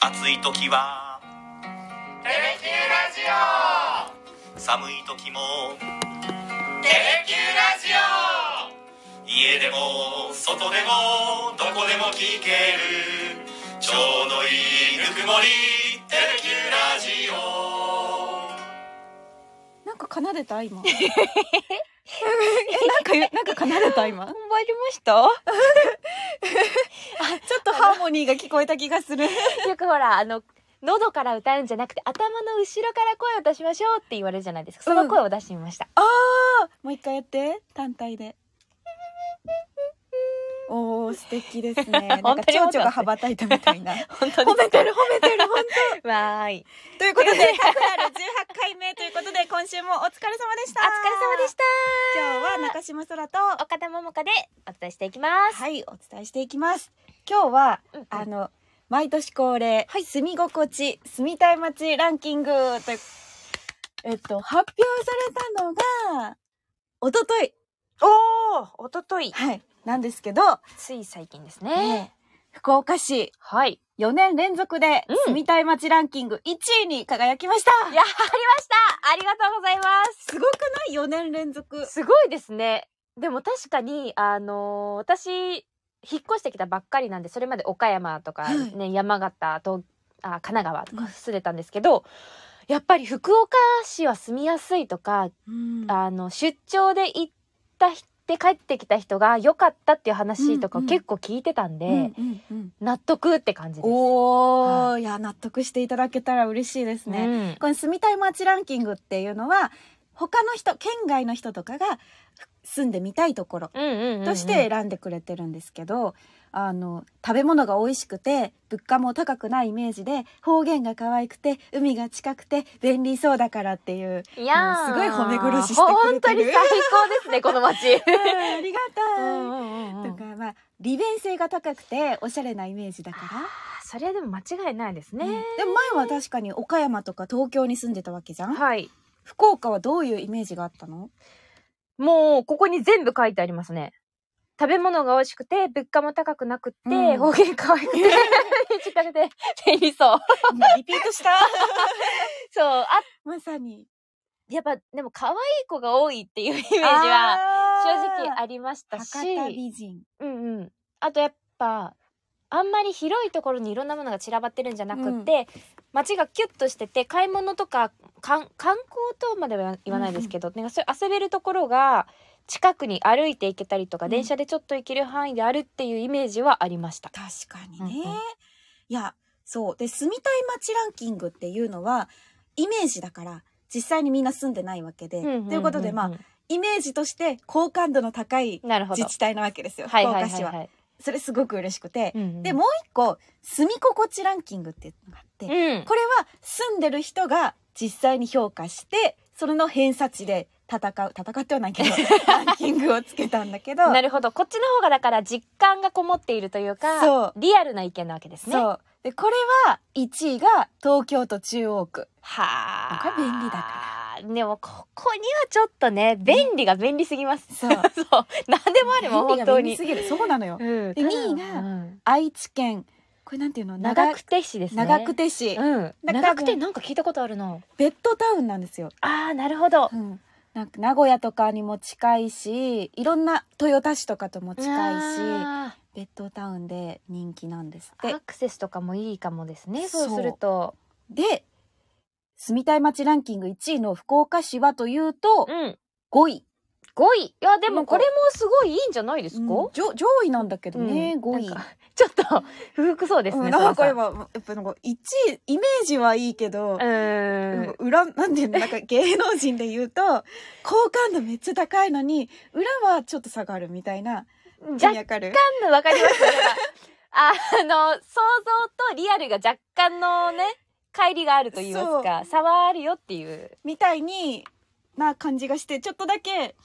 暑い時はテレキューラジオ寒い時もテレキューラジオ家でも外でもどこでも聞けるちょうどいいぬくもりテレキューラジオなんか奏でた 今。え、なんかゆ、なんか奏でた 今。ちょ頑張りましたっとハーモニーが聞こえた気がする。よくほらあの喉から歌うんじゃなくて頭の後ろから声を出しましょうって言われるじゃないですかその声を出してみました、ああ、もう一回やって、単体で。おお、素敵です ね。なんか本当蝶に思っ々たが羽ばたいたみたい な。本当に褒めてる、褒めてる、本わーい当。 ということで、タクラル十八回目ということで、今週もお疲れ様でした。お疲れ様でした今日は中島空と。岡田桃香でお伝えしていきますはい、お伝えしていきます。今日は、うんうんあの、毎年恒例、住み心地、住みたい街ランキングという、えっと、発表されたのが、一昨日おおとといはい、なんですけど、つい最近ですえねえ福岡市はい4年連続でうん住みたい街ランキング1位に輝きました、やりましたありがとうございますすごくない ?4 年連続。すごいですねでも確かにあのー私引っ越してきたばっかりなんでそれまで岡山とか、はいね山形とあ神奈川とうんか住んでたんですけど、やっぱり福岡市は住みやすいとか、うんあの出張で行った人で帰ってきた人が良かったっていう話とうかんうん結構聞いてたんで、うんうんうん納得って感じです。おー、い、や、納得していただけたら嬉しいですね。ね、この住みたい街ランキングっていうのは他の人県外の人とかが住んでみたいところうん、うんうんうんとして選んでくれてるんですけど、あの食べ物が美味しくて物価も高くないイメージで方言が可愛くて海が近くて便利そうだからって いういやーすごい褒め殺ししてくれてる本当に最高ですねこの 街あーありがうたい、んうんうんうんとかまあ利便性が高くておしゃれなイメージだから。あそれはでも間違いないですね、うんでも前は確かに岡山とか東京に住んでたわけじゃんはい福岡はどういうイメージがあった のもうここに全部書いてありますね食べ物が美味しくて物価も高くなくって、うん方言可 愛くて近くて便利そうリピー トしたそうあまさにやっぱでも可愛い子が多いっていうイメージイは正直ありましたし博多美人うんうん、あとやっぱあんまり広いところにいろんなものが散らばってるんじゃなくて、街がキュッとしてて買い物とかかん観光とまでは言わないですけど、なんかそういう遊べるところが近くに歩いて行けたりとか、うん電車でちょっと行ける範囲であるっていうイメージはありました。確かにね、うんうんいやそうで住みたい街ランキングっていうのはイメージだから実際にみんな住んでないわけで、ということでまああイメージとして好感度の高いなるほど自。治体なわけですよ福はいはい岡はい市ははい。それすごく嬉しくて、うんうんでもう一個住み心地ランキングっていうのがあって、うん、うんこれは住んでる人が実際に評価してそれの偏差値で戦う戦ってはないけど ランキングをつけたんだけどなるほどこっちの方がだから実感がこもっているというかそうリアルな意見なわけですね。そうはでこれは1位が東京都中央区あ。これ便利だら。でもここにはちょっとね便利が便利すぎます。そう そう何でもあるもん便本当に。利が便利すぎるそうなのようんで二位がうん愛知県これなんていうの長久手市ですね。長久手市、うん。だから長久手なんか聞いたことあるな。ベッドタウンなんですよ、ああなるほど。うん、なんか名古屋とかにも近いしいろんな豊田市とかとも近いしあベッドタウンで人気なんですっーてアクセスとかもいいかもですね。そうそうすると。で住みたい街ランキング1位の福岡市はというとうん。 5位5位。いやでもこれもすごいいいんじゃないですか。うん上上位なんだけどね、うん5位なんかちょっと不服そうですうね。んなんかこれそのはやっぱなんか一位イメージはいいけど、さなうんーかん。裏なんていうのなんか芸能人で言うと好感度めっちゃ高いのに裏はちょっと下がるみたいな意若味わかる干のわかりますよ。あの想像とリアルが若干のね乖離があると言いますか差はあるよっていう。みたいにな感じがしてちょっとだけ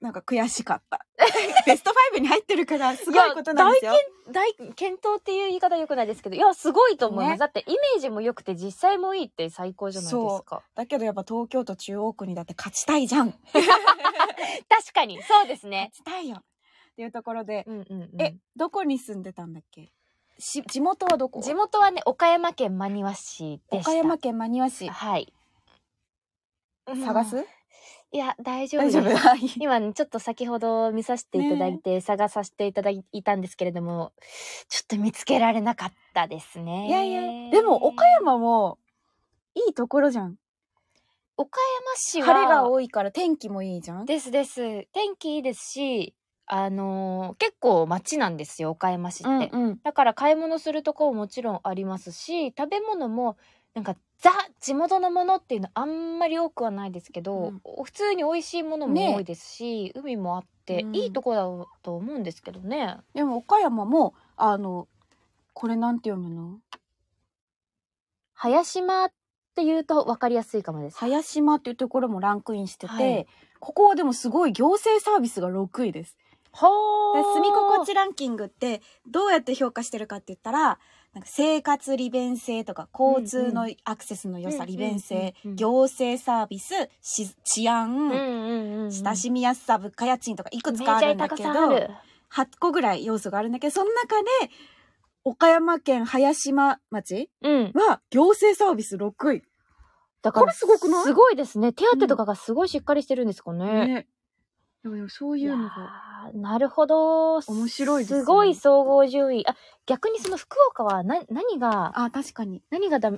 なんか悔しかった ベスト5に入ってるからすごいことなんですよ。大検討っていう言い方良くないですけどいやすごいと思います、ねだってイメージも良くて実際もいいって最高じゃないですかだけどやっぱ東京都中央区にだって勝ちたいじゃん勝確かにそうですねちたいよっていうところで、うんうんうんえどこに住んでたんだっけし地元はどこ地元はね岡山県真庭市でした岡山県真庭市はい探すいや大丈夫大です丈夫 はい今ねちょっと先ほど見させていただいて、探させていただいたんですけれどもちょっと見つけられなかったですねいやいやでも岡山もいいところじゃん岡山市は晴れが多いから天気もいいじゃんですです天気いいですしあのー結構街なんですよ岡山市って、うんうんだから買い物するとこももちろんありますし食べ物もなんかザ地元のものっていうのあんまり多くはないですけど、普通に美味しいものねも多いですし、海もあって、うんいいとこだと思うんですけどねでも岡山もあのこれなんて読むの早島って言うと分かりやすいかもです。早島っていうところもランクインしてて、はいここはでもすごい行政サービスが6位です。ほで住み心地地ランキングってどうやって評価してるかって言ったらなんか生活利便性とか交通のアクセスの良さ、うんうん利便性、うんうん行政サービスし治安、親親しみやすさ物価家賃とかいくつかあるんだけど8個ぐらい要素があるんだけどその中で岡山県林島町うん。は行政サービス6位。だこれすごくないすごいですね。手当とかがすごいしっかりしてるんですかね。ね、でもそういいうやのがーなるほど。面白いですす,、よねごい総合順位。あ、逆にその福岡はな何があ確かに何がだ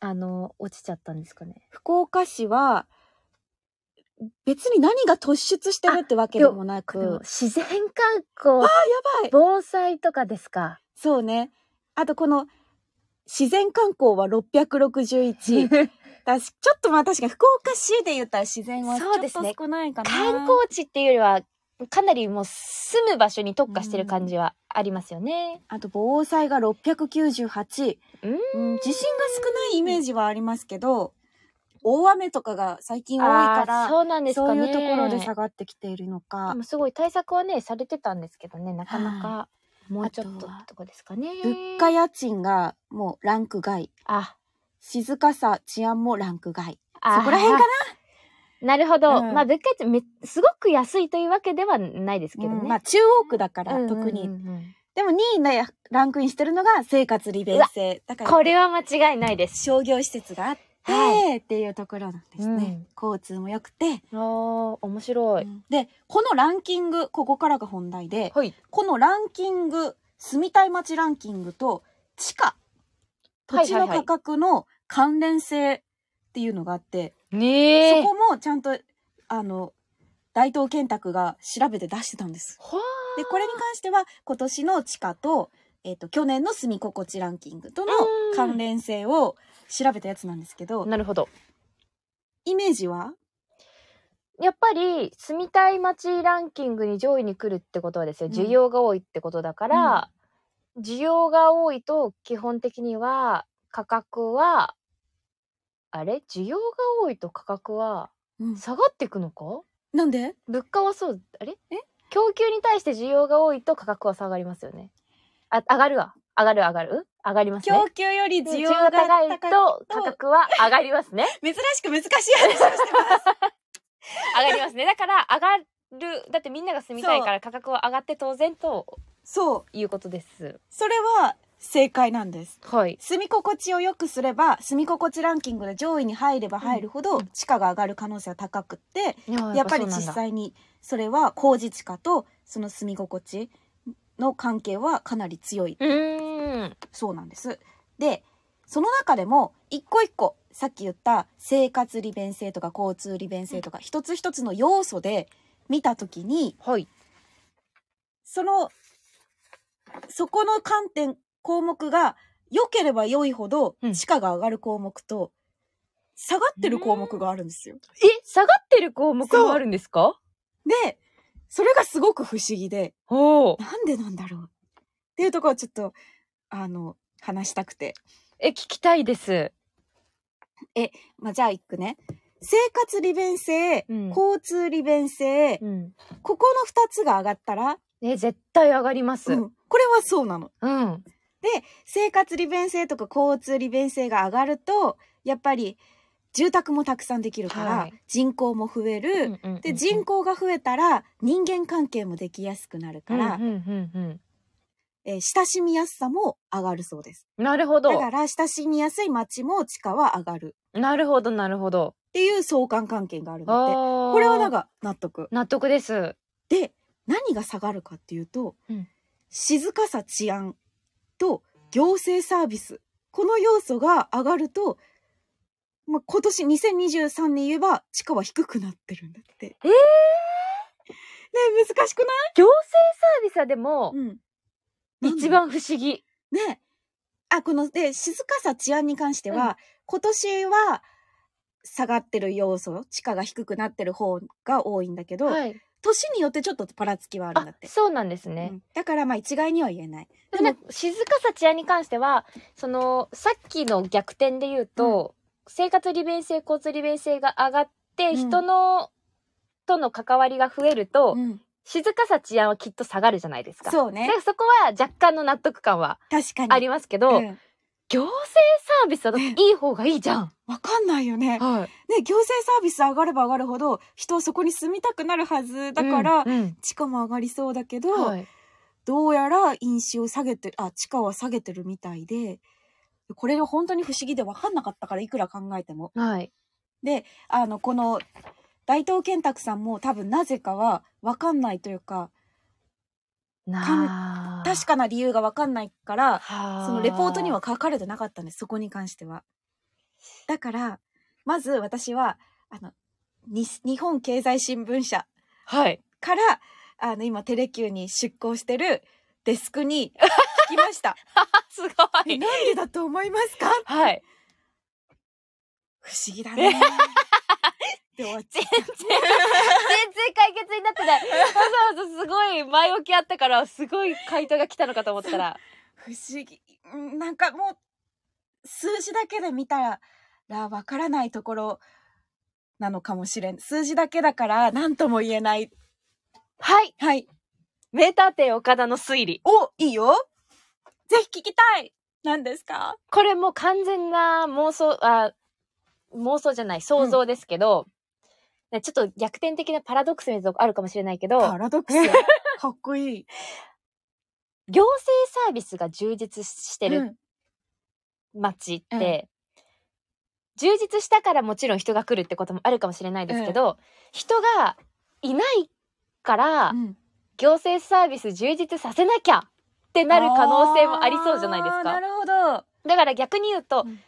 あの落ちちゃったんですかね。福岡市は別に何が突出してるってわけでもなでもく自然観光、やばい防災とかですか。そうねあとこの自然観光は661 だしちょっとまあ確かに福岡市で言ったら自然はちょそうでっすとね少ないかな、観光地っていうよりはかなりもう住む場所に特化してる感じはありますよね。あと防災が698、うーんうん、地震が少ないイメージはありますけど大雨とかが最近多いかあーらそうなんですかそうね。いうところで下がってきているのかでもすごい対策はねされてたんですけどねなかなかもうちょっあととっはてとこですかね。物価家賃がもうランク外あ静かさ治安もランク外あそこら辺かな。なるほど、うんまあ物価ってめすごく安いというわけではないですけどね。うんまあ中央区だかうらんうんうん特に、でも2位でランクインしてるのが生活利便性だからこれは間違いないです。商業施設があって、はっていうところなんですね、交通も良くて、お面白い。でこのランキングここからが本題ではい。このランキング住みたい街ランキングと地価土地の価格の関連性っていうのがあって、ねえ。そこもちゃんとあの大東建託が調べて出してたんです。はでこれに関しては今年の地価と,、えっと去年の住み心地ランキングとのうん関連性を調べたやつなんですけあどなるほど。イメージはやっぱり住みたい街ランキングに上位に来るってことはですようん需要が多いってことだから、需要が多いと基本的には価格はあれ需要が多いと価格はうん下がっていくのかなんで物価はそうあれえ供給に対して需要が多いと価格は下がりますよねあ上がるわ上がる上がる上がりますね供給より需需要要がが高い高いと価格は上がりますね珍しく難しい話をしてます。 上がりますね。だから上がるだってみんなが住みたいから価格は上がって当然とそういうことです。それは正解なんです。はい。住み心地を良くすれば住み心地ランキングで上位に入れば入るほど地価が上がる可能性は高くって、やっぱり実際にそれは工事地価とその住み心地の関係はかなり強いそうなんだ。うーん。そうなんです。でその中でも一個一個さっき言った生活利便性とか交通利便性とか一つ一つの要素で見た時にはい。そのそこの観点項目が良ければ良いほどうん地価が上がる項目と下がってる項目があるんですよ。え、下がってる項目もあるんですか？でそれがすごく不思議でおお。なんでなんだろうっていうところをちょっとあの話したくて、え、聞きたいです。まあ、じゃあ一句ね生活利便性、うん交通利便性、うん。ここの2つが上がったら、え、絶対上がります。ううん。んこれはそうなの。うん。生活利便性とか交通利便性が上がるとやっぱり住宅もたくさんできるから、はい人口も増える、うんうんで人口が増えたら人間関係もできやすくなるから、うんうんうんうん。えー親しみやすさも上がるそうです。なるほどだ。から、親しみやすい街も地価は上がるなるほど、なるほど。っていう相関関係があるので、ここれはなんかか納得。納得です。で、何が下がるかっていうと、うん静かさ治安と行政サービス。この要素が上がると、まあ、今年2023年言えば地価は低くなってるんだって。えーねえ難しくない行政サービスはでも、ん。一番不思議。ね。あ、この、で、静かさ治安に関しては、う今年は下がってる要素、地価が低くなってる方が多いんだけど、はい。年によってちょっとパラつきはあるんあだって。そうなんですうね。んだからまあ一概には言えない。でもなんか静かさ治安に関してはそのさっきの逆転で言うと、生活利便性交通利便性が上がって、うん人のとの関わりが増えると、うん、静かさ治安はきっと下がるじゃないですか。そうねだからそこは若干の納得感は確かに。ありますけど、うん行政サービスはだっていい方がいい じゃん。わかんないよね。ね、はい、行政サービス上がれば上がるほど、人はそこに住みたくなるはずだから、うんうん地価も上がりそうだけど、はい、どうやら飲酒を下げてる、あ、地価は下げてるみたいで、これが本当に不思議で分かんなかったから、いくら考えても。はい、で、あの、この、大東健拓さんも多分なぜかは分かんないというか、なあ確かな理由が分かんないから、はあそのレポートには書かれてなかったんです、そこに関しては。だから、まず私は、あの、に日本経済新聞社 はいから、あの、今テレ Q に出向してるデスクに聞きま した。あすごいなんでだと思いますかはい不思議だ ね。で終わっちゃった全然解決になってない。わざわざすごい前置きあったから、すごい回答が来たのかと思ったら。不思議。うんなんかもう、数字だけで見たらわからないところなのかもしれん。数字だけだから何とも言えない。はい。はい。名探偵岡田の推理。お、いいよ。ぜひ聞きたい。何ですかこれもう完全な妄想、あ、妄想じゃない、想像ですけど、ねちょっと逆転的なパラドックスみたいなとこあるかもしれないけど、パラドックス。 かっこいい。行政サービスが充実してる街って、充実したからもちろん人が来るってこともあるかもしれないですけど、人がいないから、うんうん行政サービス充実させなきゃってなる可能性もありそうじゃないですあーなか。るほど。だから逆に言うと、うん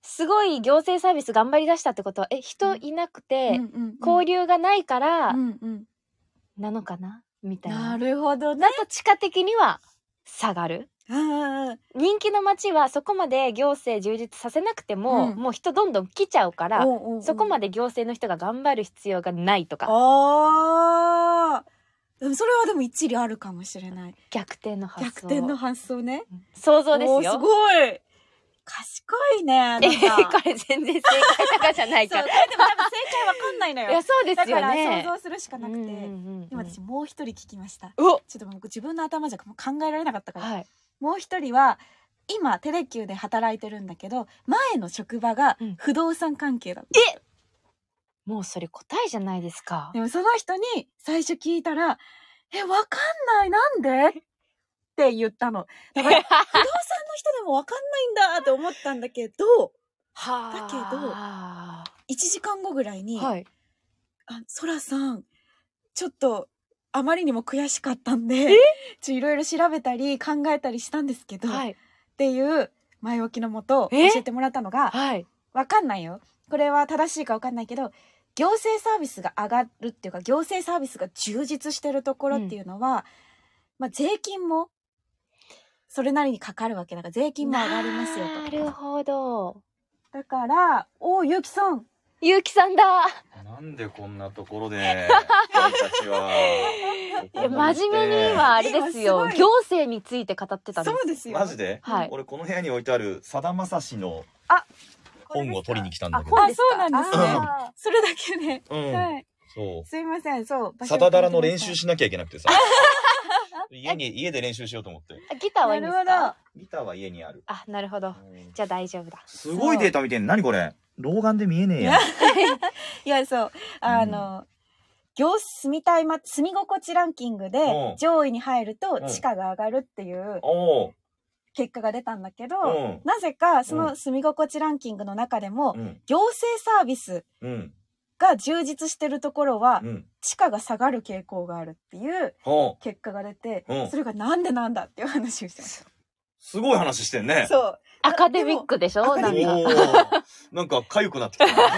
すごい行政サービス頑張り出したってことは、え、人いなくうんうて、んうん交流がないからう、んうんなのかなみたいなな。るほどねだ。と地下的には下がる。あー人気の街はそこまで行政充実させなくても、うんもう人どんどん来ちゃうから、おうおうおうそこまで行政の人が頑張る必要がないとか、ああ。でもそれはでも一理あるかもしれない。逆転の発想。逆転の発想ね。想像ですおよ。ー すごい。賢いね。なんかこれ全然正解とかじゃないそう、からこ。れでも多分正解わかんないのいやよ。そうでだすよからね。想像するしかなくて。うんうんうん今私もう一人聞きました。おちょっともう自分の頭じゃもう考えられなかったから。はい。もう一人は、今テレキューで働いてるんだけど、前の職場がうん不動産関係だった。もうそれ答えじゃないですか。でもその人に最初聞いたら、え、わかんない、なんでって言ったの。だ から、不動産の人でもわかんないんだって思ったんだけど、はあ。 1時間後ぐらいに、はい。あ、ソラさん、ちょっと、あまりにも悔しかったんで、ちょいろいろ調べたり考えたりしたんですけど、はっい。ていう前置きのもと教ええてもらったのが、はい。わかんないよ。これは正しいかわかんないけど、行政サービスが上がるっていうか、行政サービスが充実してるところっていうのは、まあ税金も、それなりにかかるわけだから、税金も上がりますよなと。るほど。だから、おう、ゆうきさん。ゆうきさんだ。なんでこんなと ころで、俺たちは。いや真面目にはあれですよ。今すごい行政について語ってたんです。うですマジで、はい俺この部屋に置いてあるさだまさしの本を取りに来たんだけどあ、そうなんですねあ。それだけね。うん、はい。そすいません、そう。う場所さだだらの練習しなきゃいけなくて さ家家に家で練習しようと思ってあギターはいいんですか。なるほどギターは家にある、あ、なるほど。うんじゃあ大丈夫だ。すごいデータ見てんの何これ老眼で見えねえやいや、そう。あの、業住みたい、ま、住み心地ランキングうでん上位に入るとうん地価が上がるっていうおう結果が出たんだけど、うんなぜかそうの住み心地ランキングの中でもうん行政サービスうんが充実してるところはうん地価が下がる傾向があるっていうほう結果が出て、うんそれがなんでなんだっていう話をしてます。すごい話してんねそう。アカデミックでしでもょアなカんデミッかおーなんか痒くなってきた ね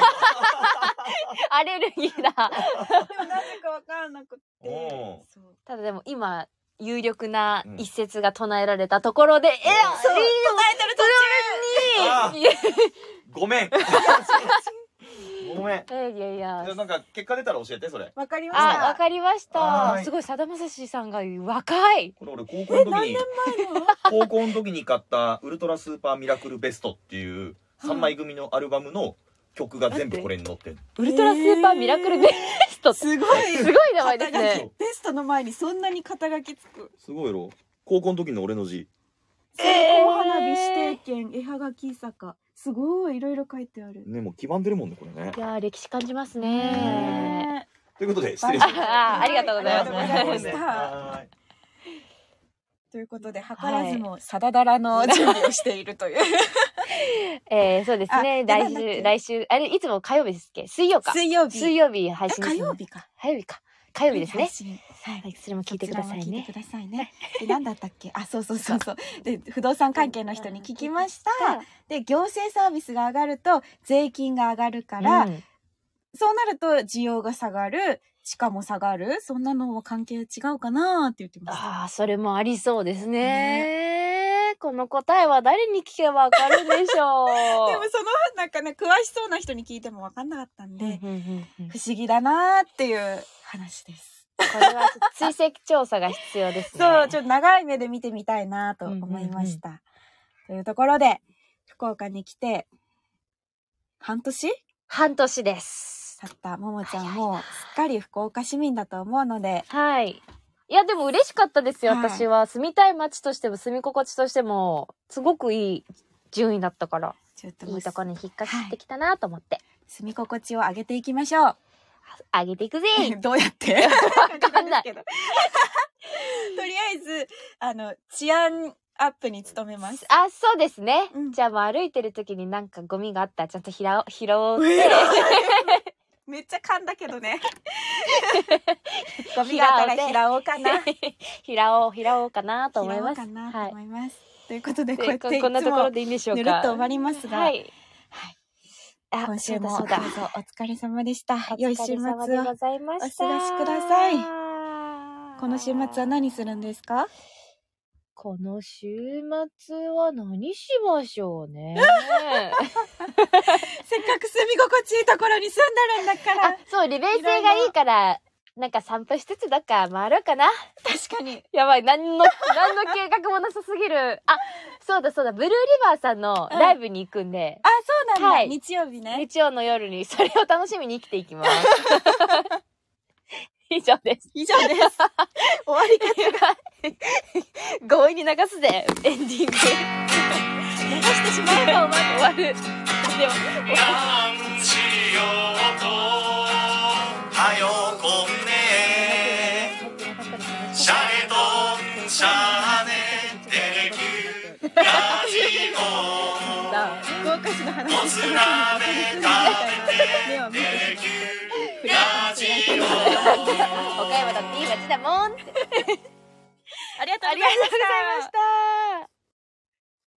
アレルギーだでもなぜかわかんなくて。おうそう。ただでも今有力なうん一節が唱えられたところで、ええやそう。唱えてる途中あいいいご めんごめんやいやいやじゃあなんか結果出たら教えてそれわかりましあ、た。わかりましはたー。いすごい、さだまさしさんが若い。これ俺高校の時に高校の時に買ったウルトラスーパーミラクルベストっていう3枚組のアルバムの曲が全部これに載ってるウルトラスーパーミラクルベストって。すすごい。 ごい名前です肩書ね。きテストの前にそんなに肩書きつく。すごいろ高校の時の俺の字えーお花火指定券、絵はがき坂。すごい、いろいろ書いてある。ねもう黄ばんでるもんねこれねいやー、歴史感じますね。ねということで失礼しましあーありがとうございますありがとうございました。たはいということで、図らずもさだだらの準備をしている という。えー、そうですあね。来なんだっけ週、来週、あれ、いつも火曜日ですっけ水曜か。水曜日。水曜日配信です、火ね。曜。日か。火曜日か。火曜日ですね配。信はいはい、それも聞いてくださいそちらも聞いて。ねください ね。で、なんだったっけあ、そうそうそうそう。で、不動産関係の人に聞きました。で、行政サービスが上がると、税金が上がるから、うんそうなると需要が下がる、地価も下がる、そんなのは関係違うかなって言ってます。ああ、それもありそうですね。この答えは誰に聞けばわかるんでしょう。 でもそのなんかね詳しそうな人に聞いても分かんなかったんで、うんうんうんうん不思議だなっていう話です。これは追跡調査が必要ですね。そうちょっと長い目で見てみたいなと思いました。というところで福岡に来て半年半年です。経ったももちゃんもすっかり福岡市民だと思うので、はい。いや、でも嬉しかったですよ、はい私は。住みたい街としても、住み心地としても、すごくいい順位だったから、ちょっともいういとこに引っかかってきたなと思って、住み心地を上げていきましょう。上げていくぜどうやって わかんな いとりあえず、あの、治安アップに努めます。あ、そうですね。うんじゃあもう歩いてる時になんかゴミがあったら、ちゃんと拾お拾おうって、めっちゃ噛んだけど ね。ゴミがあったら拾おうかな。 拾おう、拾おうかなと思います。拾おうかなとはい思います。ということで、こうやでっこていつこんなところもでいいんでしょうか。ぬるっと終わりますが、はい。はいあ今週もそどううだぞそうだお疲れ様でした。お良い週疲末れ様でごを。ざいましたお過ごしくださいこの週末は何するんですかこの週末は何しましょう ね。 せっかく住み心地いいところに住んでるんだかあら。、そう、利便性がいいから、なんか散歩しつつどっか回ろうかな。確かに。やば い、何の、何の計画もなさすぎる。あ、そうだそうだ、ブルーリバーさんのライブに行くんで、あ、そうなんだ。はい日曜日ね。日曜の夜にそれを楽しみに生きてい きます。以上です。以上です。終わり方強引に流すぜ、エンディング。流してしまえ最ば後まで終わる。でも、何しようとはよこんねシャレドンシャネテレキューラジオさ、福岡市の話 もつ鍋食べて目を見テてレ キューラジオ岡山だっていい街だもんって。ありがとうございまありがとうございまししたた。